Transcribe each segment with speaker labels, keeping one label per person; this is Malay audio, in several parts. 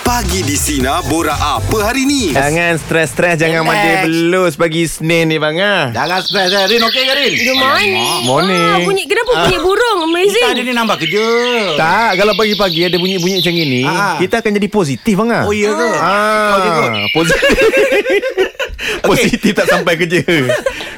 Speaker 1: Pagi di Sina Bora apa hari ni?
Speaker 2: Jangan stres-stres Jangan
Speaker 3: Relax.
Speaker 2: mandi belus Pagi Senin ni bang ah.
Speaker 4: Jangan stres eh. Rin okey ke Rin?
Speaker 3: Good morning.
Speaker 2: Morning.
Speaker 3: Ah, bunyi kenapa bunyi burung?
Speaker 4: Kita ada
Speaker 3: Amazing.
Speaker 4: ni nambah kerja.
Speaker 2: Tak Kalau pagi-pagi ada bunyi-bunyi macam ini
Speaker 4: Ah.
Speaker 2: Kita akan jadi positif bang ah.
Speaker 4: Oh iya ke? Kau tengok.
Speaker 2: Ah, positif Positif tak sampai kerja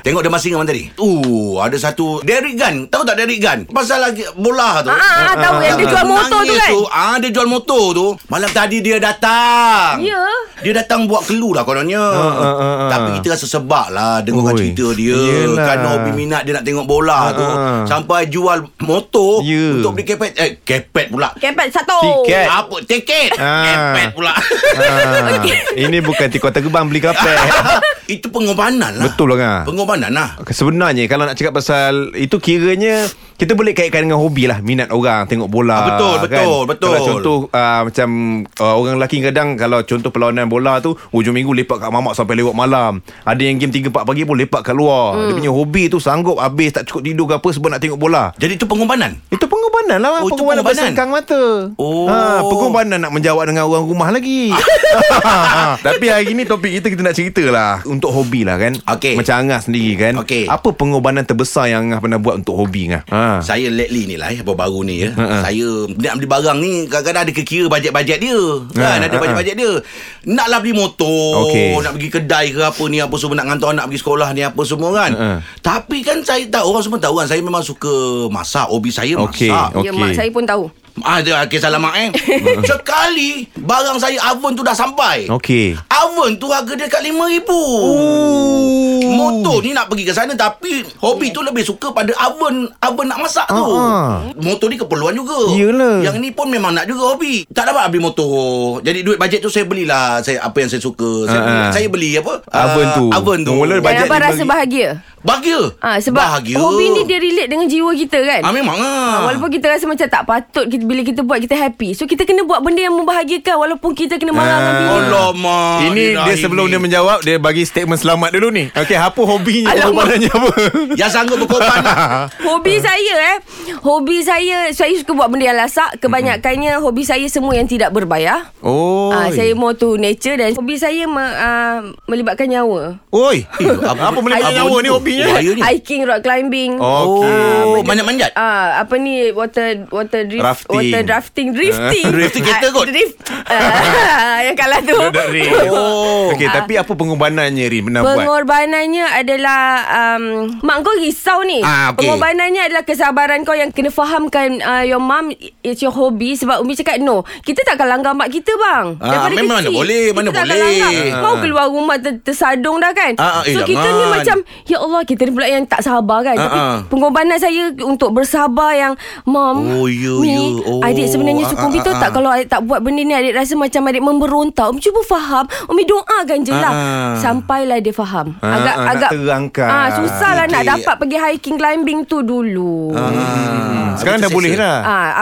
Speaker 4: Tengok dia masing dengan tadi. Uh, ada satu Derrick Gun. Tahu tak Derrick Gun? Pasal lagi bola
Speaker 3: Ah,
Speaker 4: tu.
Speaker 3: ah, ah,
Speaker 2: Oh,
Speaker 3: tahu yang dia jual motor tu
Speaker 4: Nangis
Speaker 3: kan?
Speaker 4: Ah, dia jual motor tu. Malam tadi dia datang.
Speaker 3: Ya.
Speaker 4: Dia datang buat keluh lah kononnya.
Speaker 2: ah, ah, ah.
Speaker 4: Tapi kita rasa sebab lah dengarkan
Speaker 2: Oi.
Speaker 4: cerita dia.
Speaker 2: Yelah.
Speaker 4: Kan hobi minat dia nak tengok bola tu.
Speaker 2: ah, ah.
Speaker 4: Sampai jual motor
Speaker 2: Ya.
Speaker 4: untuk beli kepet. Eh, kepet pula.
Speaker 3: Kepet satu.
Speaker 2: Tiket.
Speaker 4: Apa? Tiket.
Speaker 2: Ah.
Speaker 4: Kepet pula.
Speaker 2: ah, Ini bukan tikau terbang Beli kapek
Speaker 4: Itu pengorbanan lah.
Speaker 2: Betul lah kan
Speaker 4: Pengorbanan lah.
Speaker 2: Sebenarnya Kalau nak cakap pasal Itu kiranya Kita boleh kaitkan dengan hobi lah Minat orang Tengok bola
Speaker 4: Ah, betul, betul,
Speaker 2: kan?
Speaker 4: betul.
Speaker 2: Kalau contoh uh, Macam uh, Orang lelaki kadang Kalau contoh perlawanan bola tu Hujung minggu lepak kat mamak Sampai lewat malam Ada yang game 3-4 pagi pun Lepak kat luar hmm. Dia punya hobi tu Sanggup habis Tak cukup tidur ke apa Sebab nak tengok bola
Speaker 4: Jadi itu pengorbanan.
Speaker 2: itu pengorbanan lah
Speaker 4: Oh, itu
Speaker 2: Pengorbanan
Speaker 4: pengorbanan.
Speaker 2: bersengkang mata
Speaker 4: Oh.
Speaker 2: ha, Pengorbanan nak menjawab Dengan orang rumah lagi Tapi hari ni topik kita Kita nak cerita lah Untuk hobi lah kan
Speaker 4: Okey.
Speaker 2: Macam Angah sendiri kan
Speaker 4: Okey.
Speaker 2: Apa pengorbanan terbesar Yang Angah pernah buat Untuk hobi Angah ha.
Speaker 4: Saya lately ni lah eh, Baru-baru ni ya. Saya nak beli barang ni Kadang-kadang ada kekira bajet-bajet dia Kan
Speaker 2: Ha,
Speaker 4: ada
Speaker 2: ha,
Speaker 4: bajet-bajet dia Naklah beli motor
Speaker 2: Okey.
Speaker 4: Nak pergi kedai ke apa ni Apa semua Nak hantar anak pergi sekolah ni Apa semua kan
Speaker 2: Ha, ha.
Speaker 4: Tapi kan saya tak Orang semua tahu kan Saya memang suka masak Hobi saya
Speaker 2: Okey.
Speaker 4: masak
Speaker 3: Ya, mak
Speaker 2: Okey.
Speaker 3: saya pun tahu.
Speaker 4: Ada okay, salam mak eh Sekali Barang saya oven tu dah sampai
Speaker 2: Okey
Speaker 4: Oven tu harga dia kat RM5,000 Motor ni nak pergi ke sana Tapi hobi tu lebih suka pada oven Oven nak masak tu
Speaker 2: Ah,
Speaker 4: Motor ni keperluan juga
Speaker 2: Yelah.
Speaker 4: Yang ni pun memang nak juga hobi Tak dapat habis motor Jadi duit bajet tu saya belilah saya Apa yang saya suka Saya,
Speaker 2: Ah,
Speaker 4: beli,
Speaker 2: ah.
Speaker 4: saya beli apa
Speaker 2: Oven
Speaker 4: Ah,
Speaker 2: tu.
Speaker 4: Oven tu
Speaker 2: Mula
Speaker 3: Dan
Speaker 2: Bajet
Speaker 3: Eh, abang
Speaker 2: dia
Speaker 3: rasa
Speaker 2: bagi-
Speaker 3: bahagia.
Speaker 4: Bahagia
Speaker 3: Ya. Ah, sebab
Speaker 4: Bahagia
Speaker 3: hobi ni dia relate dengan jiwa kita kan.
Speaker 4: ah, Memang
Speaker 3: Ah,
Speaker 4: lah
Speaker 3: Walaupun kita rasa macam tak patut kita, Bila kita buat kita happy So kita kena buat benda yang membahagiakan Walaupun kita kena marah dengan
Speaker 2: Ah.
Speaker 3: bini
Speaker 4: Alamak
Speaker 2: Ini
Speaker 4: dah
Speaker 2: dia sebelum dia menjawab Dia bagi statement selamat dulu ni Okey apa hobinya
Speaker 3: Alamak.
Speaker 2: Pengorbanannya apa
Speaker 4: Yang sanggup berkorban
Speaker 3: Hobi saya eh Hobi saya Saya suka buat benda yang lasak Kebanyakannya hobi saya semua yang tidak berbayar
Speaker 2: Oh
Speaker 3: Ah, saya more to nature dan hobi saya me, ah, melibatkan nyawa.
Speaker 2: Oi eh, Apa melibat
Speaker 3: apa
Speaker 2: nyawa ni
Speaker 4: tu?
Speaker 2: hobinya
Speaker 4: Bahaya ni
Speaker 3: Hiking, rock climbing.
Speaker 4: Oh Manjat-manjat
Speaker 3: Ah, apa ni water water drift
Speaker 2: Rafting.
Speaker 3: water drafting drifting.
Speaker 4: Drifting kereta
Speaker 3: Ah,
Speaker 4: kot.
Speaker 3: Drift. Ah, yang kalah tu.
Speaker 4: Oh
Speaker 2: Okey tapi apa pengorbanannya Rin Pernah buat
Speaker 3: Pengorbanannya adalah um, Mak kau risau ni
Speaker 4: Ah, okey.
Speaker 3: Pengorbanannya adalah kesabaran kau Yang kena fahamkan uh, Your mom It's your hobby Sebab Umi cakap no Kita takkan langgar mak kita bang
Speaker 4: Ah, memang mana boleh, mana
Speaker 3: kita takkan
Speaker 4: boleh.
Speaker 3: langgar. Mau keluar rumah ter, Tersadung dah kan
Speaker 4: Ah, ah, eh,
Speaker 3: So kita ni
Speaker 4: jangan.
Speaker 3: macam Ya Allah kita ni pula yang tak sabar kan
Speaker 4: Ah,
Speaker 3: Tapi
Speaker 4: ah.
Speaker 3: pengorbanan saya Untuk bersabar yang Mom
Speaker 4: Oh, ya,
Speaker 3: ni,
Speaker 4: ya. Oh,
Speaker 3: Adik sebenarnya
Speaker 4: ah,
Speaker 3: sokong
Speaker 4: ah,
Speaker 3: kita
Speaker 4: ah,
Speaker 3: tak
Speaker 4: ah.
Speaker 3: Kalau adik tak buat benda ni Adik rasa macam adik memberontak Umi cuba faham Umi doakan je lah
Speaker 4: Ah.
Speaker 3: Sampailah dia faham
Speaker 2: Ah,
Speaker 3: agak
Speaker 2: ah, nak
Speaker 3: agak
Speaker 2: terangkan.
Speaker 3: Ah susah lah nak
Speaker 4: Okey.
Speaker 3: dapat pergi hiking climbing tu dulu. Ah.
Speaker 2: Hmm, Sekarang dah
Speaker 4: Terseksa.
Speaker 2: boleh lah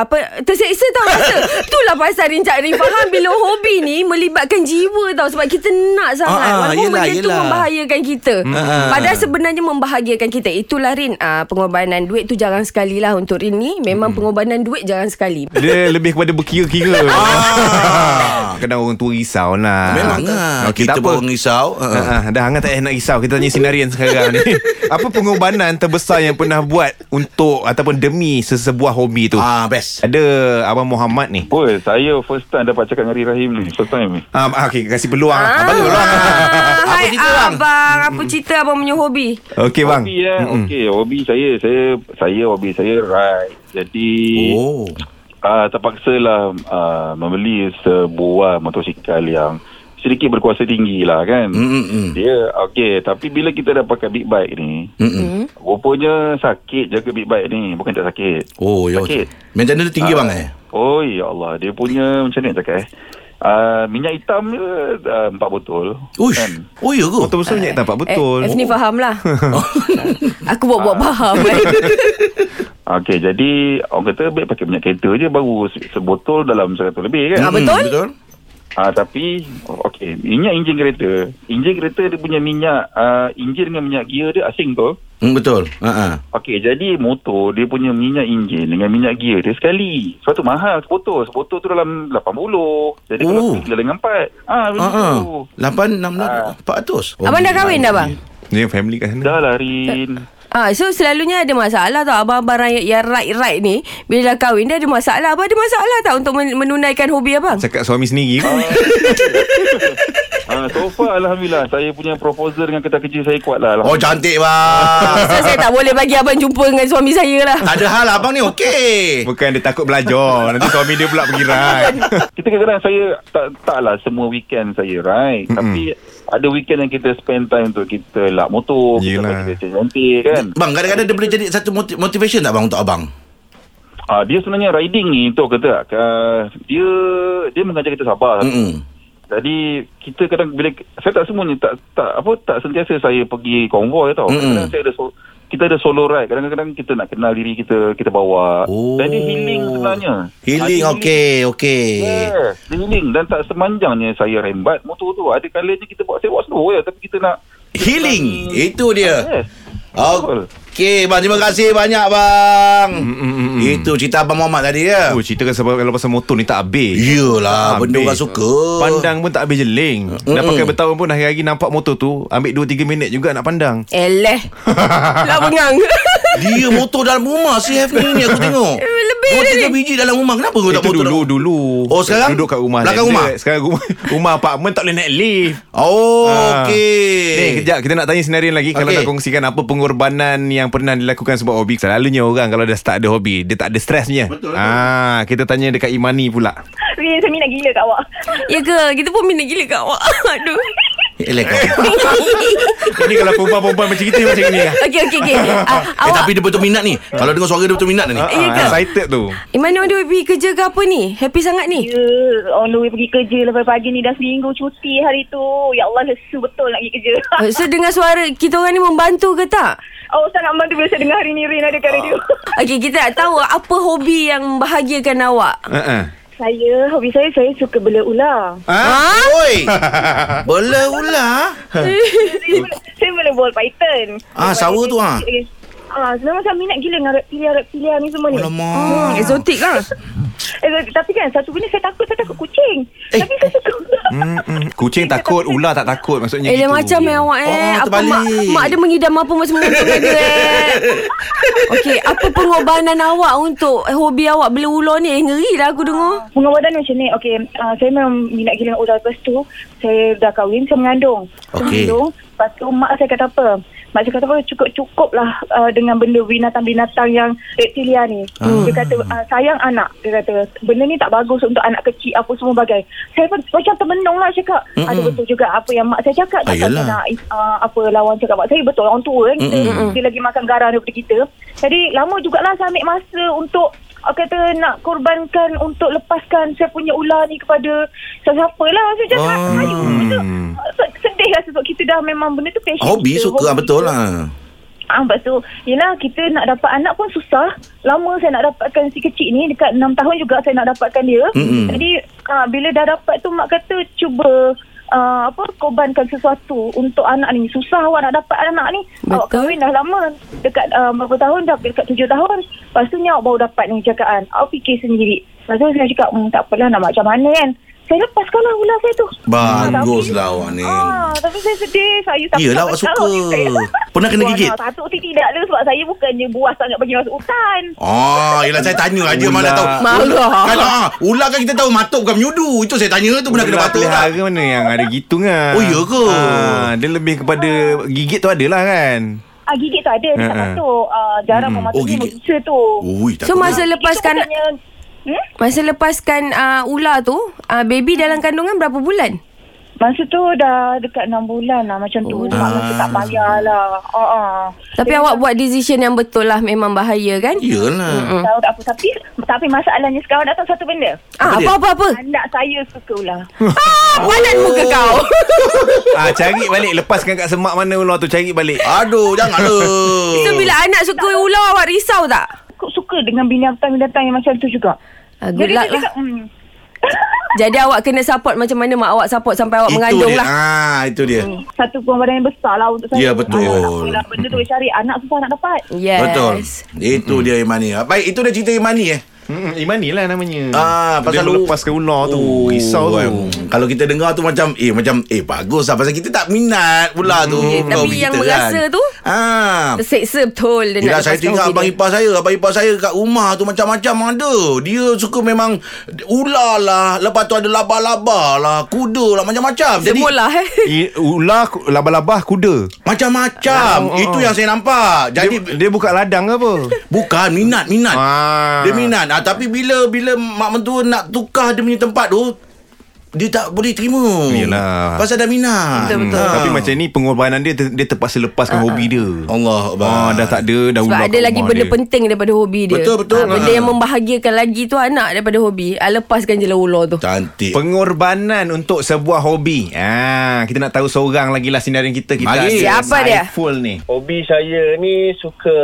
Speaker 3: apa terseksa tau rasa. Itulah pasal Rincak Rin faham bila hobi ni melibatkan jiwa tau sebab kita nak sangat.
Speaker 4: Ah, ah,
Speaker 3: Walaupun
Speaker 4: yelah,
Speaker 3: benda tu
Speaker 4: yelah. Ah,
Speaker 3: membahayakan kita. Padahal sebenarnya membahagiakan kita. Itulah Rin ah, pengorbanan duit tu jarang sekali lah untuk Rin ni. Memang pengorbanan duit jarang sekali.
Speaker 2: Dia lebih kepada berkira-kira
Speaker 4: Ah.
Speaker 2: Kadang orang tua risau lah
Speaker 4: Memang lah
Speaker 2: Okey,
Speaker 4: Kita
Speaker 2: tak apa
Speaker 4: pun risau Ah,
Speaker 2: Ha,
Speaker 4: ah.
Speaker 2: dah hangat tak payah nak risau Kita tanya sinarian sekarang ni Apa pengorbanan terbesar yang pernah buat Untuk ataupun demi sesebuah hobi tu
Speaker 4: Ah, best
Speaker 2: Ada Abang Muhammad ni
Speaker 5: Oi, saya first time dapat cakap dengan Ri Rahim ni. First time ni.
Speaker 2: um, okay, Kasih peluang
Speaker 3: Ah,
Speaker 2: Abang peluang
Speaker 4: Apa
Speaker 3: Hai
Speaker 4: cerita, bang? Hmm.
Speaker 3: abang, apa cerita abang punya hobi?
Speaker 2: Okey bang
Speaker 5: Hobi eh.
Speaker 2: Mm-mm.
Speaker 5: Okey, hobi saya. Saya saya hobi saya ride. Jadi
Speaker 4: Oh
Speaker 5: uh, terpaksalah uh, membeli sebuah motosikal yang sedikit berkuasa tinggi lah kan.
Speaker 4: Hmm, Mm-mm.
Speaker 5: Dia okey, tapi bila kita dah pakai big bike ni,
Speaker 4: Mm-mm.
Speaker 5: rupanya sakit jaga big bike ni. Bukan tak sakit.
Speaker 4: Oh ya
Speaker 5: Sakit.
Speaker 4: Maintenance dia tinggi
Speaker 5: Ah.
Speaker 4: bang eh
Speaker 5: Oh ya Allah Dia punya macam ni nak cakap eh uh, Minyak hitam dia uh, Empat botol
Speaker 4: Uish
Speaker 5: Kan.
Speaker 4: Oh ya ke
Speaker 2: Motor besar minyak tak betul
Speaker 3: Ah. Eh, F
Speaker 4: Oh.
Speaker 3: ni faham lah Aku buat-buat faham Eh,
Speaker 5: Okey jadi Orang kata baik pakai minyak kereta je Baru se- sebotol dalam 100 lebih kan
Speaker 3: Ah, betul?
Speaker 4: Hmm, Betul
Speaker 5: Ah tapi okey, minyak enjin kereta. Enjin kereta dia punya minyak uh, enjin dengan minyak gear dia asing tu.
Speaker 4: Hmm, betul. Ha
Speaker 5: Okey, jadi motor dia punya minyak enjin dengan minyak gear dia sekali. Sebab tu mahal sepotong. Sepotong tu dalam 80. Jadi kalau
Speaker 4: Oh.
Speaker 5: pergi kira dengan 4. Ah,
Speaker 4: ha. Ha.
Speaker 5: begitu.
Speaker 4: 8 6 400. Oh,
Speaker 3: Abang dah kahwin dah bang?
Speaker 2: Ni family kat sana.
Speaker 5: Dah lah Rin.
Speaker 3: Ah, so selalunya ada masalah tau abang-abang rakyat yang right-right ni bila dah kahwin dia ada masalah. Abang ada masalah tak untuk men- menunaikan hobi abang?
Speaker 2: Cakap suami sendiri.
Speaker 5: Ah, ah, so far Alhamdulillah Saya punya proposal dengan kereta kerja saya kuat lah
Speaker 4: Oh cantik bang.
Speaker 3: So Eh, saya tak boleh bagi abang jumpa dengan suami saya lah.
Speaker 4: tak ada hal abang ni okey.
Speaker 2: Bukan dia takut belajar. Nanti suami dia pula pergi ride.
Speaker 5: Kita kadang-kadang saya tak taklah semua weekend saya right mm-hmm. tapi ada weekend yang kita spend time untuk kita lap motor
Speaker 2: Yelah.
Speaker 5: kita kita cantik kan
Speaker 4: Bang kadang-kadang dia boleh jadi satu moti- motivation tak bang untuk abang?
Speaker 5: ah dia sebenarnya riding ni tu kata uh, dia dia mengajar kita sabar mm-hmm.
Speaker 4: Hmm.
Speaker 5: jadi kita kadang bila saya tak semuanya tak tak apa tak sentiasa saya pergi konvoi tau
Speaker 4: Mm-mm.
Speaker 5: kadang saya ada so, kita ada solo ride kadang-kadang kita nak kenal diri kita kita bawa jadi healing sebenarnya
Speaker 4: Oh.
Speaker 5: Ah,
Speaker 4: Healing
Speaker 5: Ada
Speaker 4: okey okey.
Speaker 5: Yeah, dia healing Ya, dan tak semanjangnya saya rembat motor tu. Ada kalanya kita buat sewa slow ya tapi kita nak
Speaker 4: Healing itu dia. Ah.
Speaker 5: Yes.
Speaker 4: Okey bang terima kasih banyak bang.
Speaker 2: mm, mm, mm.
Speaker 4: Itu cerita abang Muhammad tadi ya.
Speaker 2: Oh, cerita kan sebab kalau pasal motor ni tak habis.
Speaker 4: Yelah
Speaker 2: Tak
Speaker 4: benda
Speaker 2: habis.
Speaker 4: orang suka.
Speaker 2: Pandang pun tak habis jeling. Mm-mm. Dah pakai bertahun pun hari-hari nampak motor tu ambil 2 3 minit juga nak pandang.
Speaker 3: Eleh. Lah bengang.
Speaker 4: Dia motor dalam rumah Si Hafni ni aku tengok
Speaker 3: Eh, Lebih
Speaker 4: Dua
Speaker 3: dah
Speaker 4: tiga biji dalam rumah Kenapa kau tak
Speaker 2: Itu
Speaker 4: motor
Speaker 2: dulu
Speaker 4: dalam-
Speaker 2: dulu.
Speaker 4: Oh, sekarang?
Speaker 2: duduk kat rumah.
Speaker 4: Belakang
Speaker 2: landed.
Speaker 4: rumah?
Speaker 2: Sekarang rumah rumah apartment tak boleh naik lift.
Speaker 4: Oh
Speaker 2: Ah.
Speaker 4: okey
Speaker 2: Ni kejap kita nak tanya senarin lagi okay. Kalau
Speaker 4: Okey.
Speaker 2: nak kongsikan apa pengorbanan Yang pernah dilakukan sebab hobi Selalunya orang kalau dah start ada hobi Dia tak ada stres punya Betul ah, Kita tanya dekat Imani pula
Speaker 6: Rin, saya minat gila kat awak.
Speaker 3: ya ke? Kita pun minat gila kat awak. Aduh.
Speaker 4: Elek Eh, kau
Speaker 2: Ini kalau perempuan-perempuan macam kita macam ni lah
Speaker 3: Okey okey okey. Ah,
Speaker 4: Eh
Speaker 3: awak
Speaker 4: tapi dia betul minat ni Kalau dengar suara dia betul minat dah ni
Speaker 2: Ah,
Speaker 3: Ya ke?
Speaker 2: Excited tu
Speaker 3: Iman ada pergi kerja ke apa ni? Happy sangat ni.
Speaker 6: Ya, on the way pergi kerja lepas pagi ni dah seminggu cuti hari tu. Ya Allah, lesu betul nak pergi kerja.
Speaker 3: Uh, So dengan suara kita orang ni membantu ke tak?
Speaker 6: oh, saya nak bantu bila saya dengar hari ni Rin ada kat radio.
Speaker 3: Okey, kita nak tahu apa hobi yang membahagiakan awak.
Speaker 2: uh-uh.
Speaker 6: saya, hobi saya, saya suka bela ular.
Speaker 3: Ah.
Speaker 4: Ha? Oi Bela ular
Speaker 6: saya, bela, saya bela ball python.
Speaker 4: Ah,
Speaker 6: Lepas
Speaker 4: sawa tu, ah.
Speaker 6: Ah, sebenarnya saya minat gila dengan reptilia-reptilia ni semua ni.
Speaker 4: Alamak
Speaker 3: Hmm, Eksotik lah.
Speaker 6: Eh, tapi kan satu benda saya takut, saya takut kucing.
Speaker 4: Eh.
Speaker 6: Tapi saya suka ular.
Speaker 2: Mm-mm. Hmm, Kucing takut Ular tak takut Maksudnya
Speaker 3: Eh, dia
Speaker 2: gitu
Speaker 3: macam eh awak eh.
Speaker 4: Ya, Oh,
Speaker 3: apa
Speaker 4: terbalik.
Speaker 3: mak, mak dia mengidam apa macam menguntungkan dia eh. Okey, apa pengorbanan awak untuk hobi awak bela ular ni? Eh, ngeri lah aku dengar.
Speaker 6: Pengorbanan macam ni Okay uh, Saya memang minat gila dengan ular Lepas tu Saya dah kahwin Saya mengandung Saya
Speaker 4: Okey.
Speaker 6: mengandung Lepas tu mak saya kata apa Mak saya kata apa Cukup-cukup lah uh, Dengan benda binatang-binatang Yang reptilia ni Dia kata uh, Sayang anak Dia kata Benda ni tak bagus Untuk anak kecil Apa semua bagai Saya pun macam termenung lah Cakap mm Ada betul juga Apa yang mak saya cakap
Speaker 4: Ah,
Speaker 6: Takkan
Speaker 4: yelah.
Speaker 6: saya nak uh, Apa lawan cakap mak saya Betul orang tua kan kita, Dia lagi makan garam daripada kita Jadi lama jugalah Saya ambil masa untuk Aku kata nak korbankan untuk lepaskan saya punya ular ni kepada siapa-siapa lah. Saya cakap,
Speaker 4: Ah.
Speaker 6: ayo, betul. Sedih lah sebab kita dah memang benda tu passion
Speaker 4: Hobi
Speaker 6: kita,
Speaker 4: suka
Speaker 6: hobi
Speaker 4: betul
Speaker 6: kita.
Speaker 4: lah
Speaker 6: Ah, lepas tu, yelah kita nak dapat anak pun susah. Lama saya nak dapatkan si kecil ni. Dekat 6 tahun juga saya nak dapatkan dia.
Speaker 4: Mm-mm.
Speaker 6: Jadi, ah, bila dah dapat tu, mak kata cuba ah, apa korbankan sesuatu untuk anak ni. Susah awak nak dapat anak ni.
Speaker 3: Betul.
Speaker 6: Awak kahwin dah lama. Dekat ah, berapa tahun dah, dekat 7 tahun. Lepas tu ni awak baru dapat ni cakapkan. Awak fikir sendiri. Lepas tu saya cakap, hmm, tak apalah nak macam mana kan. Saya lepaskan lah ular saya tu.
Speaker 4: Baguslah lah awak ni.
Speaker 3: Oh.
Speaker 6: Ah, tapi saya sedih. Saya tak tak
Speaker 4: Yelah, awak
Speaker 6: tahu
Speaker 4: suka.
Speaker 6: hobi saya.
Speaker 4: Pernah kena
Speaker 6: Wah,
Speaker 4: gigit?
Speaker 6: nak Patut tidak ada sebab saya bukannya buas sangat pergi masuk hutan.
Speaker 4: Oh, yelah saya tanya aja
Speaker 2: Ular.
Speaker 4: mana tahu.
Speaker 3: Marah.
Speaker 4: Kalau ah, ular kan kita tahu matuk bukan menyudu. Itu saya tanya tu benar kena
Speaker 2: Ular
Speaker 4: batuk tak?
Speaker 2: Lah, pelihara mana yang ada gitu kan
Speaker 4: Oh, ya ke?
Speaker 2: ah, Dia lebih kepada Gigit tu adalah kan
Speaker 6: Ah, gigit tak ada. Dia tak
Speaker 2: Ha-ha.
Speaker 6: masuk. Ah, jarang
Speaker 4: Hmm.
Speaker 6: hmm.
Speaker 4: Oh,
Speaker 6: masuk ni
Speaker 4: gigit. Oh.
Speaker 6: mengisa tu.
Speaker 4: Ui,
Speaker 3: So
Speaker 4: takut.
Speaker 3: masa lepaskan
Speaker 6: Itu bukannya- Hmm?
Speaker 3: masa lepaskan uh, ular tu, uh, baby dalam kandungan berapa bulan?
Speaker 6: Masa tu dah dekat 6 bulan lah macam
Speaker 4: Oh.
Speaker 6: tu. Mak rasa tak payahlah. Ah, ah.
Speaker 3: Tapi awak buat decision yang betul lah memang bahaya kan?
Speaker 4: Ya, Yelah.
Speaker 6: Tahu tak apa. Tapi, tapi masalahnya sekarang datang satu benda.
Speaker 3: Ah,
Speaker 4: dia?
Speaker 3: apa
Speaker 4: Oh.
Speaker 3: apa apa?
Speaker 6: Anak saya suka ular.
Speaker 3: Ah, Bualan muka kau.
Speaker 2: ah, Cari balik Lepaskan kat semak mana ular tu Cari balik
Speaker 4: Aduh, janganlah.
Speaker 3: So
Speaker 4: Hmm.
Speaker 3: bila anak suka ular awak risau tak?
Speaker 6: Aku suka dengan binatang-binatang yang macam tu juga.
Speaker 3: Ah, good luck
Speaker 6: saya
Speaker 3: lah.
Speaker 6: cakap, hmm.
Speaker 3: Jadi awak kena support macam mana mak awak support sampai awak
Speaker 4: Itu
Speaker 3: mengandung
Speaker 4: dia.
Speaker 3: lah. Mm,
Speaker 4: Ah, itu dia. Hmm.
Speaker 6: Satu pengorbanan yang besar lah untuk saya.
Speaker 4: Ya, betul.
Speaker 6: Anak tak boleh lah, benda tu boleh cari. Anak susah nak dapat.
Speaker 3: Yes.
Speaker 4: Betul. Itu dia Imani. Ah, Baik, itu dia cerita Imani eh.
Speaker 2: Hmm, Imani lah namanya.
Speaker 4: Ah, pasal
Speaker 2: dia melepaskan ular tu.
Speaker 4: Oh,
Speaker 2: Risau tu.
Speaker 4: em, Kalau kita dengar tu macam eh macam eh bagus lah pasal kita tak minat pula tu.
Speaker 3: Ya, tapi
Speaker 4: hobi
Speaker 3: yang
Speaker 4: kita kan.
Speaker 3: merasa tu,
Speaker 4: Ah.
Speaker 3: Terseksa betul dia
Speaker 4: Yelah
Speaker 3: nak lepaskan
Speaker 4: saya tengok
Speaker 3: hobi
Speaker 4: abang
Speaker 3: dia.
Speaker 4: ipar saya Abang ipar saya kat rumah tu Macam-macam ada Dia suka memang Ular lah Lepas tu ada laba-laba lah Kuda lah Macam-macam Jadi
Speaker 3: Semualah eh.
Speaker 2: I, ular, ku- labah-labah, kuda.
Speaker 4: Macam-macam
Speaker 2: Oh, oh,
Speaker 4: Itu
Speaker 2: oh.
Speaker 4: yang saya nampak
Speaker 2: Dia,
Speaker 4: Jadi
Speaker 2: dia buka ladang ke apa?
Speaker 4: Bukan minat Minat
Speaker 2: Ah.
Speaker 4: Dia minat ah, Tapi bila Bila mak mentua nak tukar Dia punya tempat tu Dia tak boleh terima
Speaker 2: Yelah.
Speaker 4: Pasal dah minat
Speaker 3: Betul-betul.
Speaker 4: Ah.
Speaker 2: Hmm, Tapi macam ni pengorbanan dia ter- dia terpaksa lepaskan hobi dia.
Speaker 4: Allah Abang.
Speaker 2: Ah, dah tak ada dah
Speaker 3: Sebab
Speaker 2: ular
Speaker 3: ada
Speaker 2: kat
Speaker 3: lagi
Speaker 2: rumah
Speaker 3: benda
Speaker 2: dia.
Speaker 3: penting daripada hobi dia.
Speaker 4: Betul, betul.
Speaker 3: Ah, benda
Speaker 4: Ah.
Speaker 3: yang membahagiakan lagi tu anak daripada hobi. Ah, lepaskan je lah ular tu.
Speaker 4: Cantik
Speaker 2: Ya. Pengorbanan untuk sebuah hobi. Ah, kita nak tahu seorang lagi lah sinarin kita kita.
Speaker 4: Mari.
Speaker 2: ada
Speaker 3: Siapa dia?
Speaker 2: Saiful ni.
Speaker 7: Hobi saya ni suka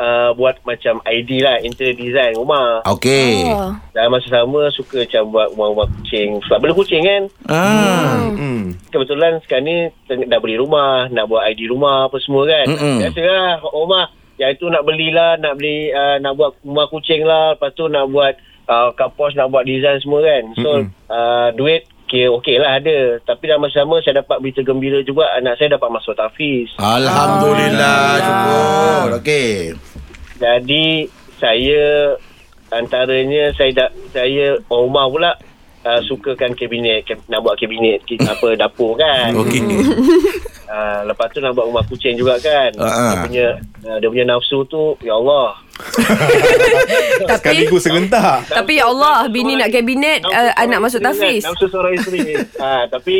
Speaker 7: uh, buat macam ID lah, interior design rumah.
Speaker 4: Okey
Speaker 3: Oh.
Speaker 7: Dalam masa sama suka macam buat rumah-rumah kucing. Sebab benda kucing kan,
Speaker 4: ah.
Speaker 2: Hmm.
Speaker 7: kebetulan sekarang ni teng- dah beli rumah, nak buat ID rumah apa semua kan.
Speaker 4: Mm-mm.
Speaker 7: Biasalah rumah, yang itu nak belilah, nak beli, uh, nak buat rumah kucing lah. Lepas tu nak buat uh, kapos, nak buat design semua kan. So, uh, duit Okay, okey lah ada. Tapi dalam masa sama saya dapat berita gembira juga anak saya dapat masuk tahfiz.
Speaker 4: Alhamdulillah Syukur Okey
Speaker 7: Jadi saya antaranya saya da, saya orang rumah pula uh, sukakan kabinet ke, nak buat kabinet ke, apa dapur kan.
Speaker 4: Okey
Speaker 7: Uh, lepas tu nak buat rumah kucing juga kan.
Speaker 4: Ah.
Speaker 7: Dia punya uh, dia punya nafsu tu ya Allah.
Speaker 3: Tapi
Speaker 2: Sekaligus serentak.
Speaker 3: tapi ya Allah bini nak kabinet
Speaker 7: Nafsu
Speaker 3: uh,
Speaker 7: seorang
Speaker 3: anak masuk
Speaker 7: isteri kan,
Speaker 3: tahfiz.
Speaker 7: Nafsu seorang isteri. ha, tapi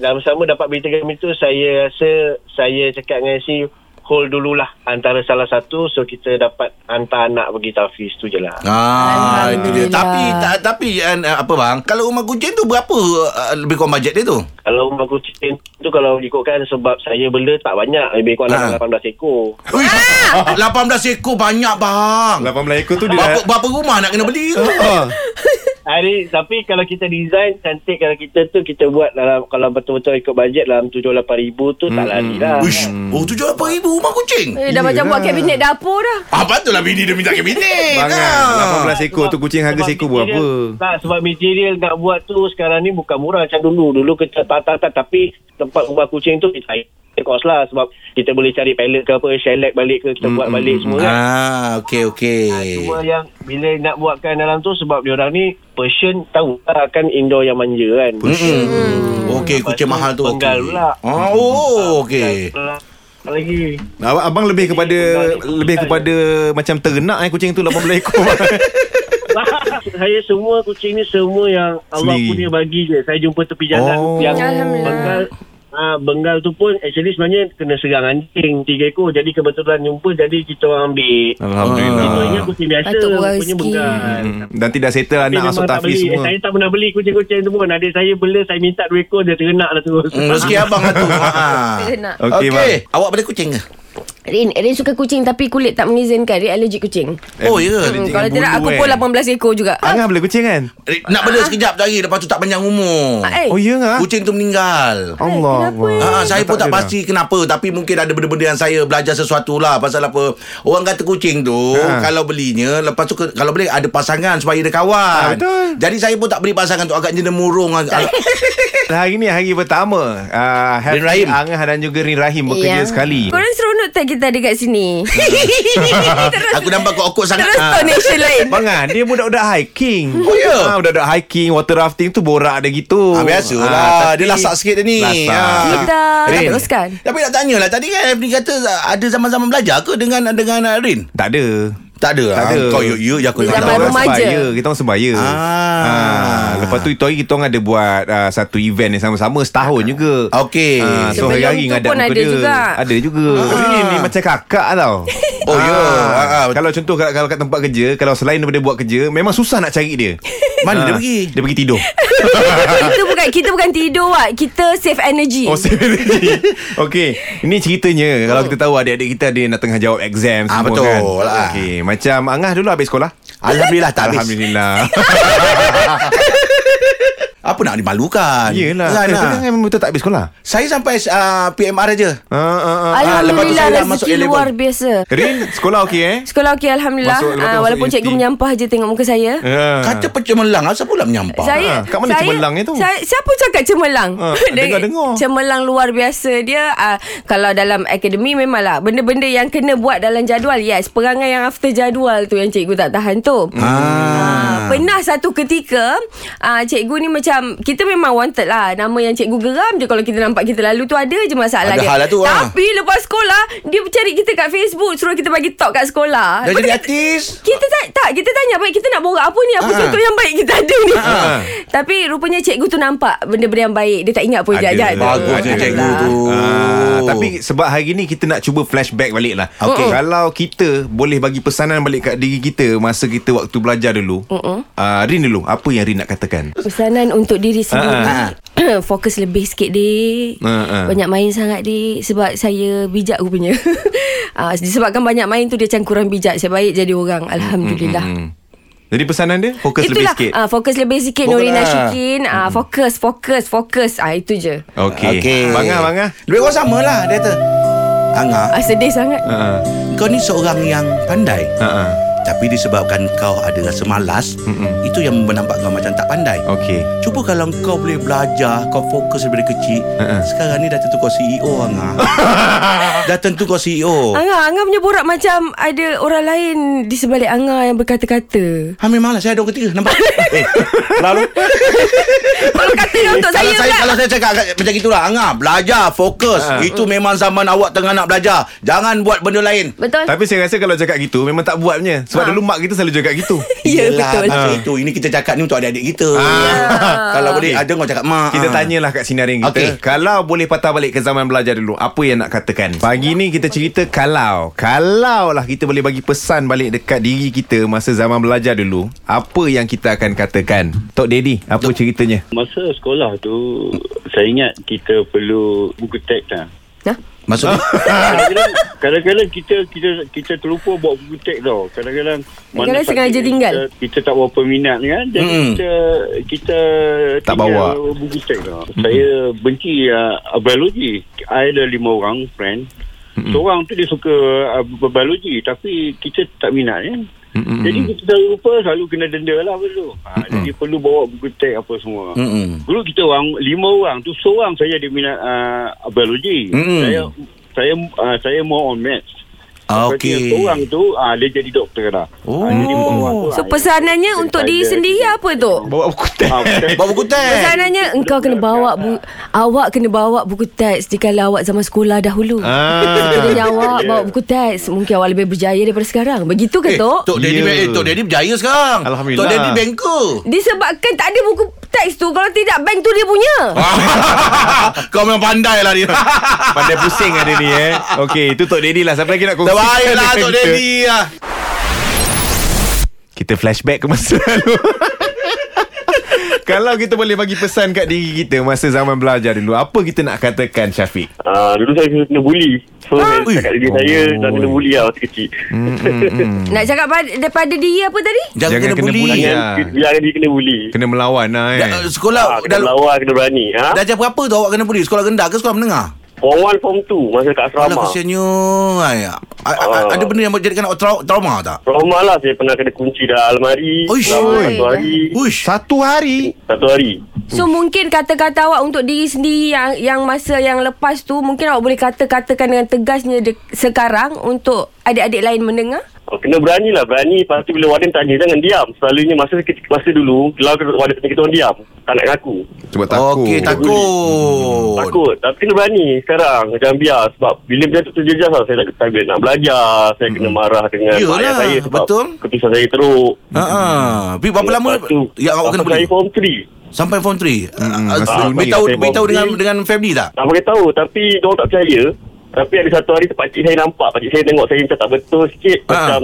Speaker 7: dalam sama dapat berita kami tu saya rasa saya cakap dengan si hold dululah antara salah satu so kita dapat hantar anak pergi tahfiz tu je lah.
Speaker 4: Ah, itu dia.
Speaker 3: Alhamdulillah.
Speaker 4: Tapi tak, tapi an, apa bang? Kalau rumah kucing tu berapa uh, lebih kurang bajet dia tu?
Speaker 7: Kalau rumah kucing tu kalau ikutkan sebab saya bela tak banyak. Lebih kurang ha.
Speaker 4: Ah.
Speaker 7: 18 ekor.
Speaker 4: Ui, 18 ekor banyak bang.
Speaker 2: 18 ekor tu dia dah.
Speaker 4: Berapa, berapa rumah nak kena beli? tu?
Speaker 2: Ah.
Speaker 7: Hari, tapi kalau kita design cantik kalau kita tu kita buat dalam kalau betul-betul ikut bajet dalam 7-8 ribu tu tak lari
Speaker 2: Hmm.
Speaker 7: lah.
Speaker 4: Uish, oh tu jual apa ribu rumah kucing?
Speaker 3: Eh, dah macam
Speaker 4: lah.
Speaker 3: buat kabinet dapur dah.
Speaker 4: Apa tu lah bini dia minta kabinet.
Speaker 2: Bangan.
Speaker 4: Ah.
Speaker 2: 18 ekor tu kucing harga
Speaker 7: Sebab
Speaker 2: seekor
Speaker 7: material-
Speaker 2: berapa?
Speaker 7: Tak, sebab material nak buat tu sekarang ni bukan murah macam dulu. Dulu kita tata-tata tapi tempat rumah kucing tu kita high cost lah sebab kita boleh cari pallet ke apa, shellac balik ke,
Speaker 2: Hmm,
Speaker 7: kita buat balik semua kan.
Speaker 4: Ah, okey okey.
Speaker 2: Eh.
Speaker 7: Cuma yang bila nak buatkan dalam tu sebab diorang ni Persian tahu lah kan indoor yang manja kan.
Speaker 4: Mm-mm. Okey, kucing mahal tu okey.
Speaker 7: Penggal pula.
Speaker 4: Ah, oh, okey.
Speaker 7: Lagi.
Speaker 2: Abang, abang lebih kepada
Speaker 7: Jadi,
Speaker 2: lebih kepada macam ternak eh kucing tu 18 ekor.
Speaker 7: saya semua kucing ni semua yang Allah
Speaker 2: Sendiri.
Speaker 7: punya bagi je. Saya jumpa tepi jalan
Speaker 2: Oh.
Speaker 7: yang
Speaker 3: Alhamdulillah.
Speaker 7: bengal Ah, bengal tu pun actually sebenarnya kena serang anjing tiga ekor jadi kebetulan jumpa jadi kita orang ambil. Kita ingat
Speaker 2: Alhamdulillah.
Speaker 7: kucing biasa
Speaker 3: Patut orang
Speaker 7: punya
Speaker 3: rezeki.
Speaker 7: bengal.
Speaker 2: Hmm. Dan tidak settle
Speaker 7: Tapi
Speaker 2: anak
Speaker 7: memang
Speaker 2: masuk
Speaker 7: tak
Speaker 2: tahfiz
Speaker 7: beli. eh,
Speaker 2: semua.
Speaker 7: Saya tak pernah beli kucing-kucing tu pun. Adik saya bela, saya minta dua ekor, dia terenak lah terus.
Speaker 2: Hmm.
Speaker 4: Mm, Rezeki abang lah tu. Ah.
Speaker 3: Ternak.
Speaker 2: Okey,
Speaker 4: Okey,
Speaker 2: bang.
Speaker 4: awak pada kucing ke?
Speaker 3: Rin, Rin suka kucing tapi kulit tak mengizinkan. Rin alergik kucing.
Speaker 4: Oh,
Speaker 3: Hmm,
Speaker 2: Eh, Dia
Speaker 4: ya.
Speaker 3: Ah,
Speaker 2: tinggal
Speaker 3: kalau tidak
Speaker 2: bulu,
Speaker 3: aku
Speaker 2: eh.
Speaker 3: pun 18 ekor juga.
Speaker 2: Angah boleh kucing kan?
Speaker 4: Eh, Nak bela sekejap tadi Lepas tu tak panjang umur
Speaker 3: Ah, eh.
Speaker 2: Oh ya ngah?
Speaker 4: Kucing tu meninggal
Speaker 2: Allah.
Speaker 3: kenapa, eh?
Speaker 2: Ah,
Speaker 4: Ha, saya pun
Speaker 2: Oh. ada
Speaker 4: tak
Speaker 2: dah.
Speaker 4: pasti kenapa Tapi mungkin ada benda-benda yang saya Belajar sesuatu lah Pasal apa Orang kata kucing tu
Speaker 2: Ha.
Speaker 4: Kalau belinya Lepas tu ke- Kalau boleh ada pasangan Supaya dia
Speaker 2: Ah,
Speaker 4: kawan
Speaker 2: betul.
Speaker 4: Jadi saya pun tak beli pasangan tu Agak jenis murung ag- ag-
Speaker 2: Hari ni hari pertama uh, Happy
Speaker 4: Rin Rahim.
Speaker 2: Angah dan juga Rin Rahim
Speaker 3: Ya.
Speaker 2: bekerja sekali
Speaker 3: Korang seronok tak kita ada kat sini? terus
Speaker 4: Aku nampak kok-kok sangat
Speaker 3: terus donation lain.
Speaker 2: Bang ah, dia budak-budak hiking
Speaker 4: Oh, ya?
Speaker 2: Ah, Budak-budak hiking, water rafting tu borak dia gitu
Speaker 4: Ah, biasalah. Dia lasak sikit dia ni.
Speaker 2: Lasak
Speaker 4: Ah.
Speaker 3: Kita
Speaker 4: Rin.
Speaker 3: teruskan.
Speaker 4: Tapi nak tanya lah Tadi kan Afni kata Ada zaman-zaman belajar ke Dengan dengan uh, Rin?
Speaker 2: Tak ada
Speaker 4: Tak ada
Speaker 2: Tak
Speaker 4: ah.
Speaker 2: ada.
Speaker 4: Kau yuk-yuk je aku
Speaker 3: Dia zaman
Speaker 4: tak tahu.
Speaker 2: orang
Speaker 3: remaja.
Speaker 2: sebaya Kita orang sebaya
Speaker 4: Ah.
Speaker 2: Ah, Lepas tu itu hari kita orang ada buat ah, Satu event yang sama-sama Setahun juga
Speaker 4: Okey.
Speaker 2: Ah, So
Speaker 3: Sebelum
Speaker 2: hari-hari
Speaker 3: tu
Speaker 2: ngadak
Speaker 3: pun
Speaker 2: muka
Speaker 3: ada
Speaker 2: dia.
Speaker 3: juga.
Speaker 2: Ada juga Rin ni macam kakak tau
Speaker 4: Ah. Oh, ya. Ah, ah, betul.
Speaker 2: Kalau contoh kalau, kalau kat tempat kerja Kalau selain daripada buat kerja Memang susah nak cari dia
Speaker 4: Mana dia
Speaker 2: Ah,
Speaker 4: pergi?
Speaker 2: Dia pergi tidur
Speaker 3: kita bukan kita bukan tidur wak. Kita save energy.
Speaker 2: Oh sebenarnya Okey Ini ceritanya Kalau kita tahu adik-adik kita Ada yang nak tengah jawab exam
Speaker 4: Ah,
Speaker 2: semua
Speaker 4: betul
Speaker 2: kan
Speaker 4: lah.
Speaker 2: Okey Macam Angah dulu habis sekolah
Speaker 4: Alhamdulillah tak habis
Speaker 2: Alhamdulillah
Speaker 4: Apa nak dimalukan?
Speaker 2: Yelah
Speaker 4: Kan,
Speaker 2: Kan
Speaker 4: ah.
Speaker 2: lah. memang betul tak habis sekolah
Speaker 4: Saya sampai uh, PMR aja.
Speaker 2: Ah, ah, ah.
Speaker 4: lepas tu
Speaker 3: Alhamdulillah
Speaker 4: saya dah masuk
Speaker 3: rezeki
Speaker 4: A-level.
Speaker 3: luar biasa.
Speaker 2: Rin sekolah okey eh
Speaker 3: Sekolah okey alhamdulillah.
Speaker 2: Masuk- lepas
Speaker 3: Ah,
Speaker 2: tu masuk
Speaker 3: walaupun cikgu
Speaker 2: UT.
Speaker 3: menyampah je tengok muka saya.
Speaker 2: Ah.
Speaker 4: Kata pencemerlang Asal pula menyampah
Speaker 2: Ah,
Speaker 3: Saya
Speaker 2: kat mana
Speaker 3: saya,
Speaker 2: cemerlangnya tu?
Speaker 3: Saya, siapa cakap cemerlang?
Speaker 4: Ha,
Speaker 2: Ah,
Speaker 3: Dia-
Speaker 2: dengar-dengar.
Speaker 3: Cemerlang luar biasa dia uh, kalau dalam akademi memanglah benda-benda yang kena buat dalam jadual. Yes, perangai yang after jadual tu yang cikgu tak tahan tu.
Speaker 4: Hmm.
Speaker 3: Ah. pernah satu ketika uh, cikgu ni macam kita memang wanted lah nama yang cikgu geram je kalau kita nampak kita lalu tu ada je masalah
Speaker 4: Ada
Speaker 3: dia.
Speaker 4: hal lah tu, ah.
Speaker 3: Tapi lepas sekolah dia cari kita kat Facebook suruh kita bagi talk kat sekolah.
Speaker 4: Dah
Speaker 3: Lepas
Speaker 4: jadi
Speaker 3: tu-
Speaker 4: artis
Speaker 3: kita tak, tak Kita tanya baik Kita nak borak apa ni Apa
Speaker 4: Ha.
Speaker 3: contoh yang baik kita ada ni
Speaker 4: Ha.
Speaker 3: Tapi rupanya cikgu tu nampak Benda-benda yang baik Dia tak ingat pun
Speaker 2: Ada.
Speaker 3: jap-jap tu.
Speaker 4: Ah, Bagus
Speaker 2: Ada.
Speaker 4: je cikgu
Speaker 3: lah.
Speaker 4: tu
Speaker 2: Ah, tapi sebab hari ni kita nak cuba flashback balik lah okay. Kalau kita boleh bagi pesanan balik kat diri kita Masa kita waktu belajar dulu uh-uh. uh, Rin dulu Apa yang Rin nak katakan?
Speaker 3: Pesanan untuk diri sendiri
Speaker 4: Ha,
Speaker 3: Fokus lebih sikit dik
Speaker 2: Ha, ha.
Speaker 3: Banyak main sangat dik Sebab saya bijak rupanya Ah, Disebabkan banyak main tu Dia macam kurang bijak Saya baik jadi orang Alhamdulillah
Speaker 2: Hmm. Jadi pesanan dia fokus
Speaker 3: Itulah
Speaker 2: lebih sikit
Speaker 3: ah, Fokus lebih sikit
Speaker 4: Fokus
Speaker 3: Nurina
Speaker 4: lah.
Speaker 3: Syikin ah, Fokus Fokus Fokus ah, Itu je
Speaker 2: Okey okay. Bang ah, bang ah.
Speaker 4: Lebih kurang sama lah Dia kata Angah
Speaker 3: ah, Sedih sangat
Speaker 2: Ha, ha.
Speaker 4: Kau ni seorang yang pandai
Speaker 2: Ha, ha.
Speaker 4: Tapi disebabkan kau ada rasa malas Mm-mm. Itu yang menampak kau macam tak pandai
Speaker 2: Okey
Speaker 4: Cuba kalau kau boleh belajar Kau fokus daripada kecil
Speaker 2: Ha-ha.
Speaker 4: Sekarang ni dah tentu kau CEO Angah Dah tentu kau E CEO
Speaker 3: Angah, Angah punya borak macam ada orang lain di sebalik Angah yang berkata-kata.
Speaker 4: Ha memanglah saya ada orang ketiga Nampak Eh Lalu
Speaker 3: Kalau kata dia untuk saya
Speaker 4: kalau saya
Speaker 3: pula.
Speaker 4: kalau saya cakap agak- macam gitulah Angah belajar fokus itu memang zaman awak tengah nak belajar jangan buat benda lain
Speaker 3: Betul?
Speaker 2: Tapi saya rasa kalau cakap gitu Memang tak buat punya Sebab
Speaker 3: Ha.
Speaker 2: dulu mak kita selalu cakap gitu
Speaker 3: Ya, betul. Ah.
Speaker 4: Masa itu Ini kita cakap ni untuk adik-adik kita Kalau boleh
Speaker 2: Okey.
Speaker 4: ada kau cakap mak
Speaker 2: Kita
Speaker 4: Ah.
Speaker 2: tanyalah kat sinarin kita
Speaker 4: Okey.
Speaker 2: okay. Kalau boleh patah balik ke zaman belajar dulu Apa yang nak katakan Pagi ni kita cerita kalau Kalau lah kita boleh bagi pesan balik Dekat diri kita Masa zaman belajar dulu Apa yang kita akan katakan Tok Daddy Apa ceritanya
Speaker 8: Masa sekolah tu Saya ingat kita perlu Buku teks lah
Speaker 4: Maksudnya
Speaker 8: Kadang-kadang, kadang-kadang kita kita kita terlupa buat buku teks tau. Kadang-kadang mana
Speaker 3: Kadang-kadang
Speaker 8: subjek
Speaker 3: sengaja
Speaker 8: yang
Speaker 3: tinggal.
Speaker 8: Kita, kita tak berapa minat kan. Jadi
Speaker 4: Mm-mm.
Speaker 8: mm. kita kita
Speaker 2: Tak
Speaker 8: tinggal
Speaker 2: bawa.
Speaker 8: buku teks tau. Mm. Saya benci uh, biologi. Saya ada lima orang friend. Mm. Seorang tu dia suka uh, biologi tapi kita tak minat kan. Mm-mm. Jadi kita dah lupa selalu kena denda lah apa tu. Ha, jadi perlu bawa buku teks apa semua.
Speaker 4: Mm-mm.
Speaker 8: Dulu kita orang lima orang tu seorang saja dia minat uh, biologi.
Speaker 4: Mm-mm.
Speaker 8: Saya saya uh, saya more on maths.
Speaker 4: Ah,
Speaker 8: Lepas tu yang
Speaker 4: okey.
Speaker 8: Seorang tu uh, dia jadi doktor dah.
Speaker 4: Oh.
Speaker 8: Ah, jadi bawah tu,
Speaker 3: So
Speaker 8: ah,
Speaker 3: pesanannya
Speaker 8: dia-
Speaker 3: untuk
Speaker 8: dia-
Speaker 3: diri
Speaker 8: dia-
Speaker 3: sendiri apa tu?
Speaker 2: Bawa buku teks
Speaker 8: Ah, betul.
Speaker 4: Bawa Eh, buku teks
Speaker 3: Pesanannya engkau kena bawa bu- awak kena bawa buku teks jika awak zaman sekolah dahulu.
Speaker 2: Ah.
Speaker 3: Sebenarnya awak bawa buku teks Mungkin awak lebih berjaya daripada sekarang Begitu ke
Speaker 4: Eh,
Speaker 3: Tok?
Speaker 4: Tok Daddy
Speaker 2: Ya.
Speaker 4: eh, Tok Daddy berjaya sekarang
Speaker 2: Alhamdulillah.
Speaker 4: Tok Daddy banker
Speaker 3: Disebabkan tak ada buku teks tu Kalau tidak bank tu dia punya
Speaker 4: Ah. Kau memang pandai lah dia
Speaker 2: Pandai pusing ada ni eh Okey itu Tok Daddy lah Siapa lagi nak kongsi
Speaker 4: Terbaik lah Tok Daddy lah
Speaker 2: Kita flashback ke masa lalu Kalau kita boleh bagi pesan kat diri kita Masa zaman belajar dulu Apa kita nak katakan Syafiq?
Speaker 8: Ah, dulu saya kena bully. So saya cakap diri saya dah kena bully lah waktu kecil.
Speaker 3: Nak cakap pad- daripada diri apa tadi?
Speaker 4: Jangan, kena bully,
Speaker 8: Jangan
Speaker 2: lah.
Speaker 8: biarkan dia kena bully.
Speaker 2: Kena melawan lah
Speaker 4: Da-
Speaker 2: eh.
Speaker 4: eh, Sekolah
Speaker 8: Ah,
Speaker 4: dah,
Speaker 8: kena lawan kena berani. Ha?
Speaker 4: Darjah berapa tu awak kena bully Sekolah rendah ke sekolah menengah
Speaker 8: Form 1 form 2 masa kat
Speaker 4: Alah
Speaker 8: asrama.
Speaker 4: kesiannya Ay, a- a- a-
Speaker 8: Ah.
Speaker 4: Ada benda yang jadikan awak trau- trauma tak
Speaker 8: Trauma lah saya pernah kena kunci dalam almari.
Speaker 4: Uish.
Speaker 8: Selama satu hari.
Speaker 4: Uish
Speaker 2: Satu hari
Speaker 8: Satu hari.
Speaker 3: So mungkin kata-kata awak untuk diri sendiri yang yang masa yang lepas tu mungkin awak boleh kata-katakan dengan tegasnya de- sekarang untuk adik-adik lain mendengar.
Speaker 8: Oh, Kena berani lah Berani Lepas tu bila warden tanya Jangan diam Selalunya masa masa dulu Kalau warden tanya kita orang diam Tak nak ngaku
Speaker 2: Sebab takut
Speaker 4: Okey takut
Speaker 8: Hmm, Takut Tapi kena berani Sekarang Jangan biar Sebab bila macam tu terjejas lah Saya tak saya bila nak belajar Saya kena marah dengan
Speaker 4: Yalah,
Speaker 8: mak ayah saya Sebab
Speaker 4: Hmm. betul.
Speaker 8: keputusan saya teruk
Speaker 4: Ha ah. Tapi berapa lama
Speaker 8: Lepas tu,
Speaker 4: yang awak
Speaker 8: lepas
Speaker 4: kena
Speaker 8: tu
Speaker 4: bully?
Speaker 8: Saya form 3
Speaker 4: Sampai form 3.
Speaker 2: Hmm,
Speaker 4: Ah,
Speaker 2: masa
Speaker 4: ah,
Speaker 2: dulu
Speaker 4: beritahu
Speaker 8: saya form
Speaker 4: beritahu dengan
Speaker 8: three.
Speaker 4: dengan family tak?
Speaker 8: Tak boleh tahu Tapi Diorang tak percaya Tapi ada satu hari Pakcik saya nampak Pakcik saya tengok saya Macam tak betul sikit
Speaker 4: Ha.
Speaker 8: Macam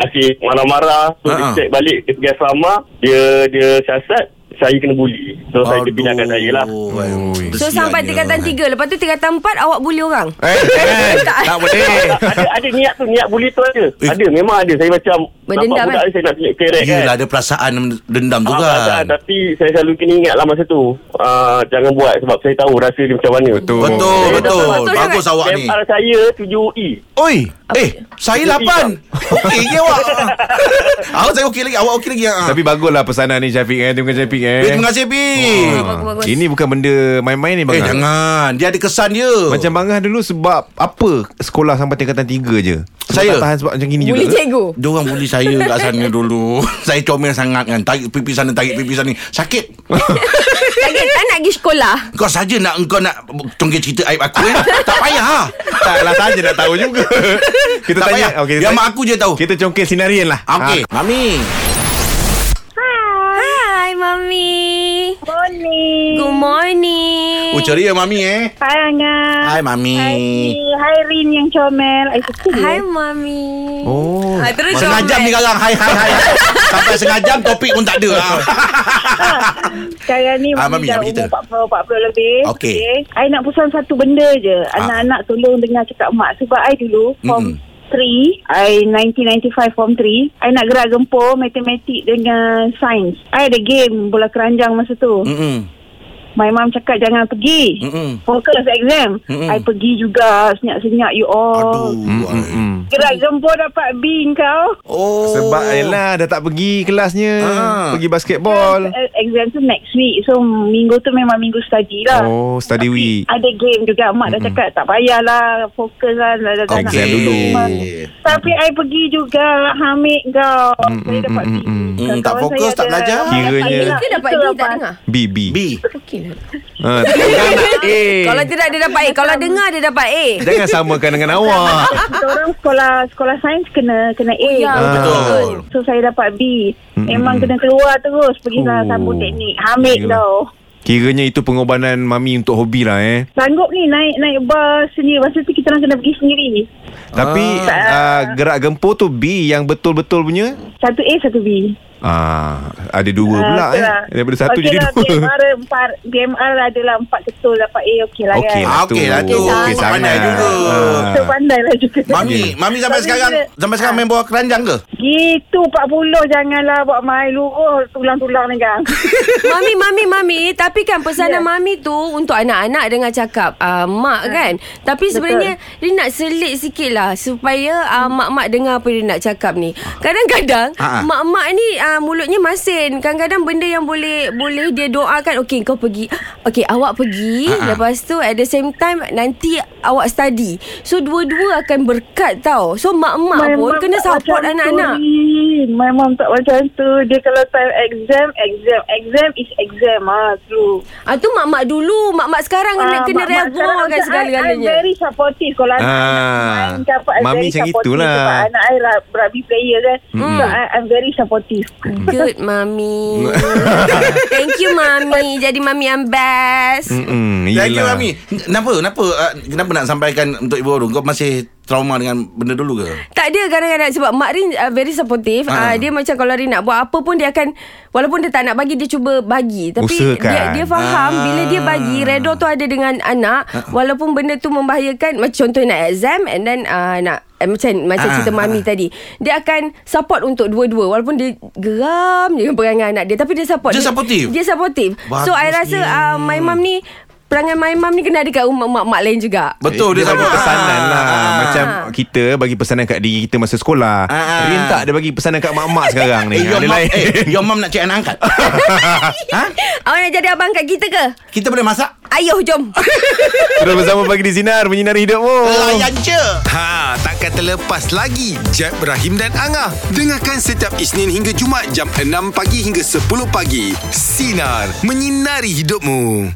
Speaker 8: Asyik marah-marah So
Speaker 4: Ha.
Speaker 8: dia check balik Dia pergi asrama Dia Dia siasat saya kena bully. So saya
Speaker 4: Aduh.
Speaker 8: dipindahkan saya lah.
Speaker 4: Oh,
Speaker 3: So
Speaker 4: Aduh, kesiannya. lah, kan.
Speaker 3: sampai tingkatan tiga Lepas tu tingkatan empat Awak bully orang
Speaker 2: Eh, eh, tak boleh.
Speaker 8: ada ada niat tu niat bully tu ada.
Speaker 4: Eh.
Speaker 8: Ada memang ada. Saya macam
Speaker 3: Berdendam,
Speaker 8: nampak budak
Speaker 3: kan?
Speaker 8: ni saya nak tunjuk kerek kan.
Speaker 4: Yelah ada perasaan dendam tu
Speaker 8: Ah, perasaan.
Speaker 4: kan.
Speaker 8: Tapi saya selalu kena ingat lah masa tu uh, Jangan buat Sebab saya tahu rasa dia macam mana
Speaker 2: Betul.
Speaker 8: Saya
Speaker 4: Betul, betul.
Speaker 8: dapat-
Speaker 3: betul
Speaker 4: Bagus
Speaker 3: sangat.
Speaker 4: awak ni.
Speaker 8: MR saya E. 7E
Speaker 4: Oi, eh, saya lapan. Okey ke awak? Awak saya okey lagi, awak okey lagi. ah.
Speaker 2: Tapi baguslah pesanan ni Syafiq eh. Terima kasih Syafiq eh. Ha. Oh.
Speaker 4: Eh, terima kasih, Pi.
Speaker 3: Bagus-bagus
Speaker 2: Ini bukan benda main-main ni Bang.
Speaker 4: Eh,
Speaker 2: Ah.
Speaker 4: jangan. Dia ada kesan dia.
Speaker 2: Macam Bangah dulu sebab apa sekolah sampai tingkatan 3 je. Sebab
Speaker 4: Saya?
Speaker 2: tak tahan sebab macam gini
Speaker 3: Bully
Speaker 4: lah.
Speaker 2: juga.
Speaker 3: cikgu
Speaker 4: dia orang bully saya kat sana dulu. saya comel sangat kan. Tarik pipi sana, tarik pipi sana. Sakit.
Speaker 3: Sakit tak nak pergi sekolah
Speaker 4: Kau saja nak engkau nak tongkir cerita aib aku eh. tak payah.
Speaker 2: Taklah saja nak tahu juga. Kita
Speaker 4: Tak
Speaker 2: tanya.
Speaker 4: payah.
Speaker 2: Okey, kita
Speaker 4: Yang
Speaker 2: tanya.
Speaker 4: mak aku je tahu. Ah,
Speaker 2: Kita congkel sinarian lah.
Speaker 4: Okey,
Speaker 2: Ha.
Speaker 4: mami.
Speaker 3: Hai Mami
Speaker 9: Morning.
Speaker 3: Good morning
Speaker 4: Oh, ceria mami eh.
Speaker 9: Hai Angah.
Speaker 4: Hai mami.
Speaker 9: Hai Rin yang comel. Eh, Hai, suka dia.
Speaker 3: Hai Mami
Speaker 2: Oh.
Speaker 3: ha, Terus
Speaker 4: Sengajam ni sekarang Hai hai hai Sampai sengajam Topik pun tak ada ah.
Speaker 9: Sekarang ni
Speaker 4: Ah,
Speaker 9: ah,
Speaker 4: Mami,
Speaker 9: Mami dah
Speaker 4: apa cerita?
Speaker 9: umur 40, 40 lebih.
Speaker 4: Okey. Ah.
Speaker 9: I nak pesan satu benda je. Anak-anak tolong dengar cakap mak. Sebab I dulu form
Speaker 4: Mm-mm.
Speaker 9: 3, I 1995 form 3, I nak gerak gempur matematik dengan sains. I ada game bola keranjang masa tu. Mm.
Speaker 4: Mm-mm.
Speaker 9: My mom cakap jangan pergi.
Speaker 4: Mm-mm.
Speaker 9: Fokus exam.
Speaker 4: Mm-mm.
Speaker 9: I pergi juga senyap-senyap you all.
Speaker 2: Ha. Mm,
Speaker 4: Aduh
Speaker 2: Mm-mm.
Speaker 9: Gerak gempur dapat B kau.
Speaker 4: Oh
Speaker 2: Sebab Ella dah tak pergi kelasnya.
Speaker 4: Ah.
Speaker 2: Pergi basketball.
Speaker 9: Eh, Exam tu next week So minggu tu memang minggu study lah
Speaker 2: Oh,
Speaker 9: Tapi
Speaker 2: study week.
Speaker 9: Ada game juga Mak dah cakap tak payahlah Fokus lah dah, dah, dah nak
Speaker 2: Exam
Speaker 4: Okey.
Speaker 2: dulu.
Speaker 9: Tapi I pergi juga Hamid kau
Speaker 2: Mm,
Speaker 9: Saya
Speaker 2: mm,
Speaker 9: dapat
Speaker 2: mm,
Speaker 9: B
Speaker 2: mm,
Speaker 4: mm.
Speaker 9: Kawan
Speaker 4: Tak
Speaker 9: saya
Speaker 4: fokus, tak
Speaker 9: ada-
Speaker 4: belajar.
Speaker 9: Ah, dapat
Speaker 2: Kiranya-
Speaker 9: B lah.
Speaker 3: Ke dapat
Speaker 9: Itu
Speaker 3: B tak
Speaker 9: apa?
Speaker 3: dengar
Speaker 2: B B.
Speaker 4: B
Speaker 3: Okey lah
Speaker 2: Ha, jangan nak A.
Speaker 9: Eh,
Speaker 3: Kalau tidak dia dapat A Kalau dengar dia dapat A
Speaker 2: Jangan samakan dengan awak.
Speaker 9: Kita orang sekolah sekolah sains kena kena
Speaker 4: Oh,
Speaker 9: A.
Speaker 3: ya,
Speaker 9: Kalau
Speaker 2: betul.
Speaker 9: tak, So saya dapat B. Memang kena keluar terus pergi
Speaker 2: Hmm, Oh.
Speaker 9: oh. sambut teknik. Hamid
Speaker 2: Gila.
Speaker 9: tau.
Speaker 2: Kiranya itu pengorbanan mami untuk hobi lah eh.
Speaker 9: Sanggup ni naik naik bas sendiri. Masa tu kita orang kena pergi sendiri.
Speaker 2: Tapi ah. uh, gerak gempur tu B yang betul-betul punya
Speaker 9: Satu A, satu B.
Speaker 2: ah ada dua
Speaker 9: Ah,
Speaker 2: pula
Speaker 9: betul
Speaker 2: eh.
Speaker 9: lah.
Speaker 2: Daripada satu
Speaker 9: Okey
Speaker 2: jadi
Speaker 9: lah,
Speaker 2: dua.
Speaker 9: BMR, empat, BMR adalah lah, empat ketul dapat A okey lah
Speaker 2: Okey
Speaker 9: kan.
Speaker 2: lah tu.
Speaker 4: Okey lah tu.
Speaker 2: Okey
Speaker 4: Pandai
Speaker 2: sangat.
Speaker 4: juga.
Speaker 2: Ah.
Speaker 9: So pandai lah juga.
Speaker 4: Mami Mami sampai
Speaker 9: Tapi
Speaker 4: sekarang
Speaker 9: bila- Ah.
Speaker 4: Sampai sekarang main bola keranjang ke?
Speaker 9: Gitu 40 janganlah buat main luruh tulang-tulang ni kan.
Speaker 3: Mami, mami, mami. Tapi kan
Speaker 9: Ya.
Speaker 3: pesanan yeah. mami tu untuk anak-anak dengar cakap uh, mak kan. Tapi sebenarnya dia nak selit sikit lah supaya uh,
Speaker 9: Hmm.
Speaker 3: mak-mak dengar apa dia nak cakap ni. Kadang-kadang
Speaker 4: Ha, ha.
Speaker 3: mak-mak ni uh, mulutnya masin. Kadang-kadang benda yang boleh boleh dia doakan. Okey kau pergi. Okey awak pergi.
Speaker 4: Ha, ha.
Speaker 3: Lepas tu at the same time nanti awak study. So dua-dua akan berkat tau. So mak-mak pun
Speaker 9: mum
Speaker 3: kena
Speaker 9: tak
Speaker 3: support
Speaker 9: macam tu,
Speaker 3: anak-anak.
Speaker 9: Rin. My mom tak macam tu. Dia kalau time exam, exam. Exam is exam. Ah, true.
Speaker 3: Ah tu mak-mak dulu. Mak-mak sekarang kena,
Speaker 9: Ah,
Speaker 3: kena
Speaker 9: mak- mak
Speaker 3: reward
Speaker 9: sekarang
Speaker 3: kan
Speaker 9: macam I,
Speaker 3: segala-galanya.
Speaker 9: I'm very supportive Kalau anak
Speaker 2: Ah.
Speaker 9: ah, main ke apa I'm
Speaker 2: Mami
Speaker 9: very
Speaker 2: macam
Speaker 9: supportive
Speaker 2: itulah.
Speaker 9: Sebab anak I lah rugby player kan So I, I'm very supportive
Speaker 3: Good mami Thank you mami Jadi mami yang best
Speaker 2: Mm-mm,
Speaker 4: Thank you
Speaker 2: yelah.
Speaker 4: Mami Kenapa? Kenapa? Ah, Kenapa nak sampaikan Untuk ibu orang Kau masih trauma dengan benda dulu ke?
Speaker 3: Tak ada kadang-kadang Sebab Mak Rin uh, very supportive
Speaker 4: Ah.
Speaker 3: uh. Uh, Dia macam kalau Rin nak buat apa pun Dia akan Walaupun dia tak nak bagi Dia cuba bagi Tapi
Speaker 2: Usahakan.
Speaker 3: dia dia faham
Speaker 4: Ah.
Speaker 3: Bila dia bagi Redor tu ada dengan anak uh. Walaupun benda tu membahayakan Macam contohnya nak exam And then uh, nak eh, macam macam
Speaker 4: Ah,
Speaker 3: cerita mami tadi Dia akan support untuk dua-dua Walaupun dia geram Dengan perangai anak dia Tapi dia support
Speaker 4: Dia supportive?
Speaker 3: Dia supportive So I rasa
Speaker 4: Bagusnya.
Speaker 3: uh, My mum ni Perangai my mum ni Kena ada kat rumah mak-mak lain juga
Speaker 2: Eh,
Speaker 4: Betul
Speaker 2: dia, dia bagi
Speaker 4: sama.
Speaker 2: pesanan lah
Speaker 4: Ah.
Speaker 2: Macam kita bagi pesanan kat diri kita masa sekolah
Speaker 4: Ah.
Speaker 2: Rin tak dia bagi pesanan kat mak-mak sekarang ni
Speaker 4: Eh, your
Speaker 2: Ada
Speaker 4: mom,
Speaker 2: lain
Speaker 4: eh, your mom nak cik anak angkat ha?
Speaker 3: Awak nak jadi abang kat kita ke?
Speaker 4: Kita boleh masak?
Speaker 3: Ayuh jom
Speaker 2: Terus bersama pagi di Sinar Menyinari hidupmu
Speaker 4: Layan je
Speaker 10: Ha, takkan terlepas lagi Jeb, Ibrahim dan Angah. Dengarkan setiap Isnin hingga Jumaat jam 6 pagi hingga 10 pagi. Sinar, menyinari hidupmu.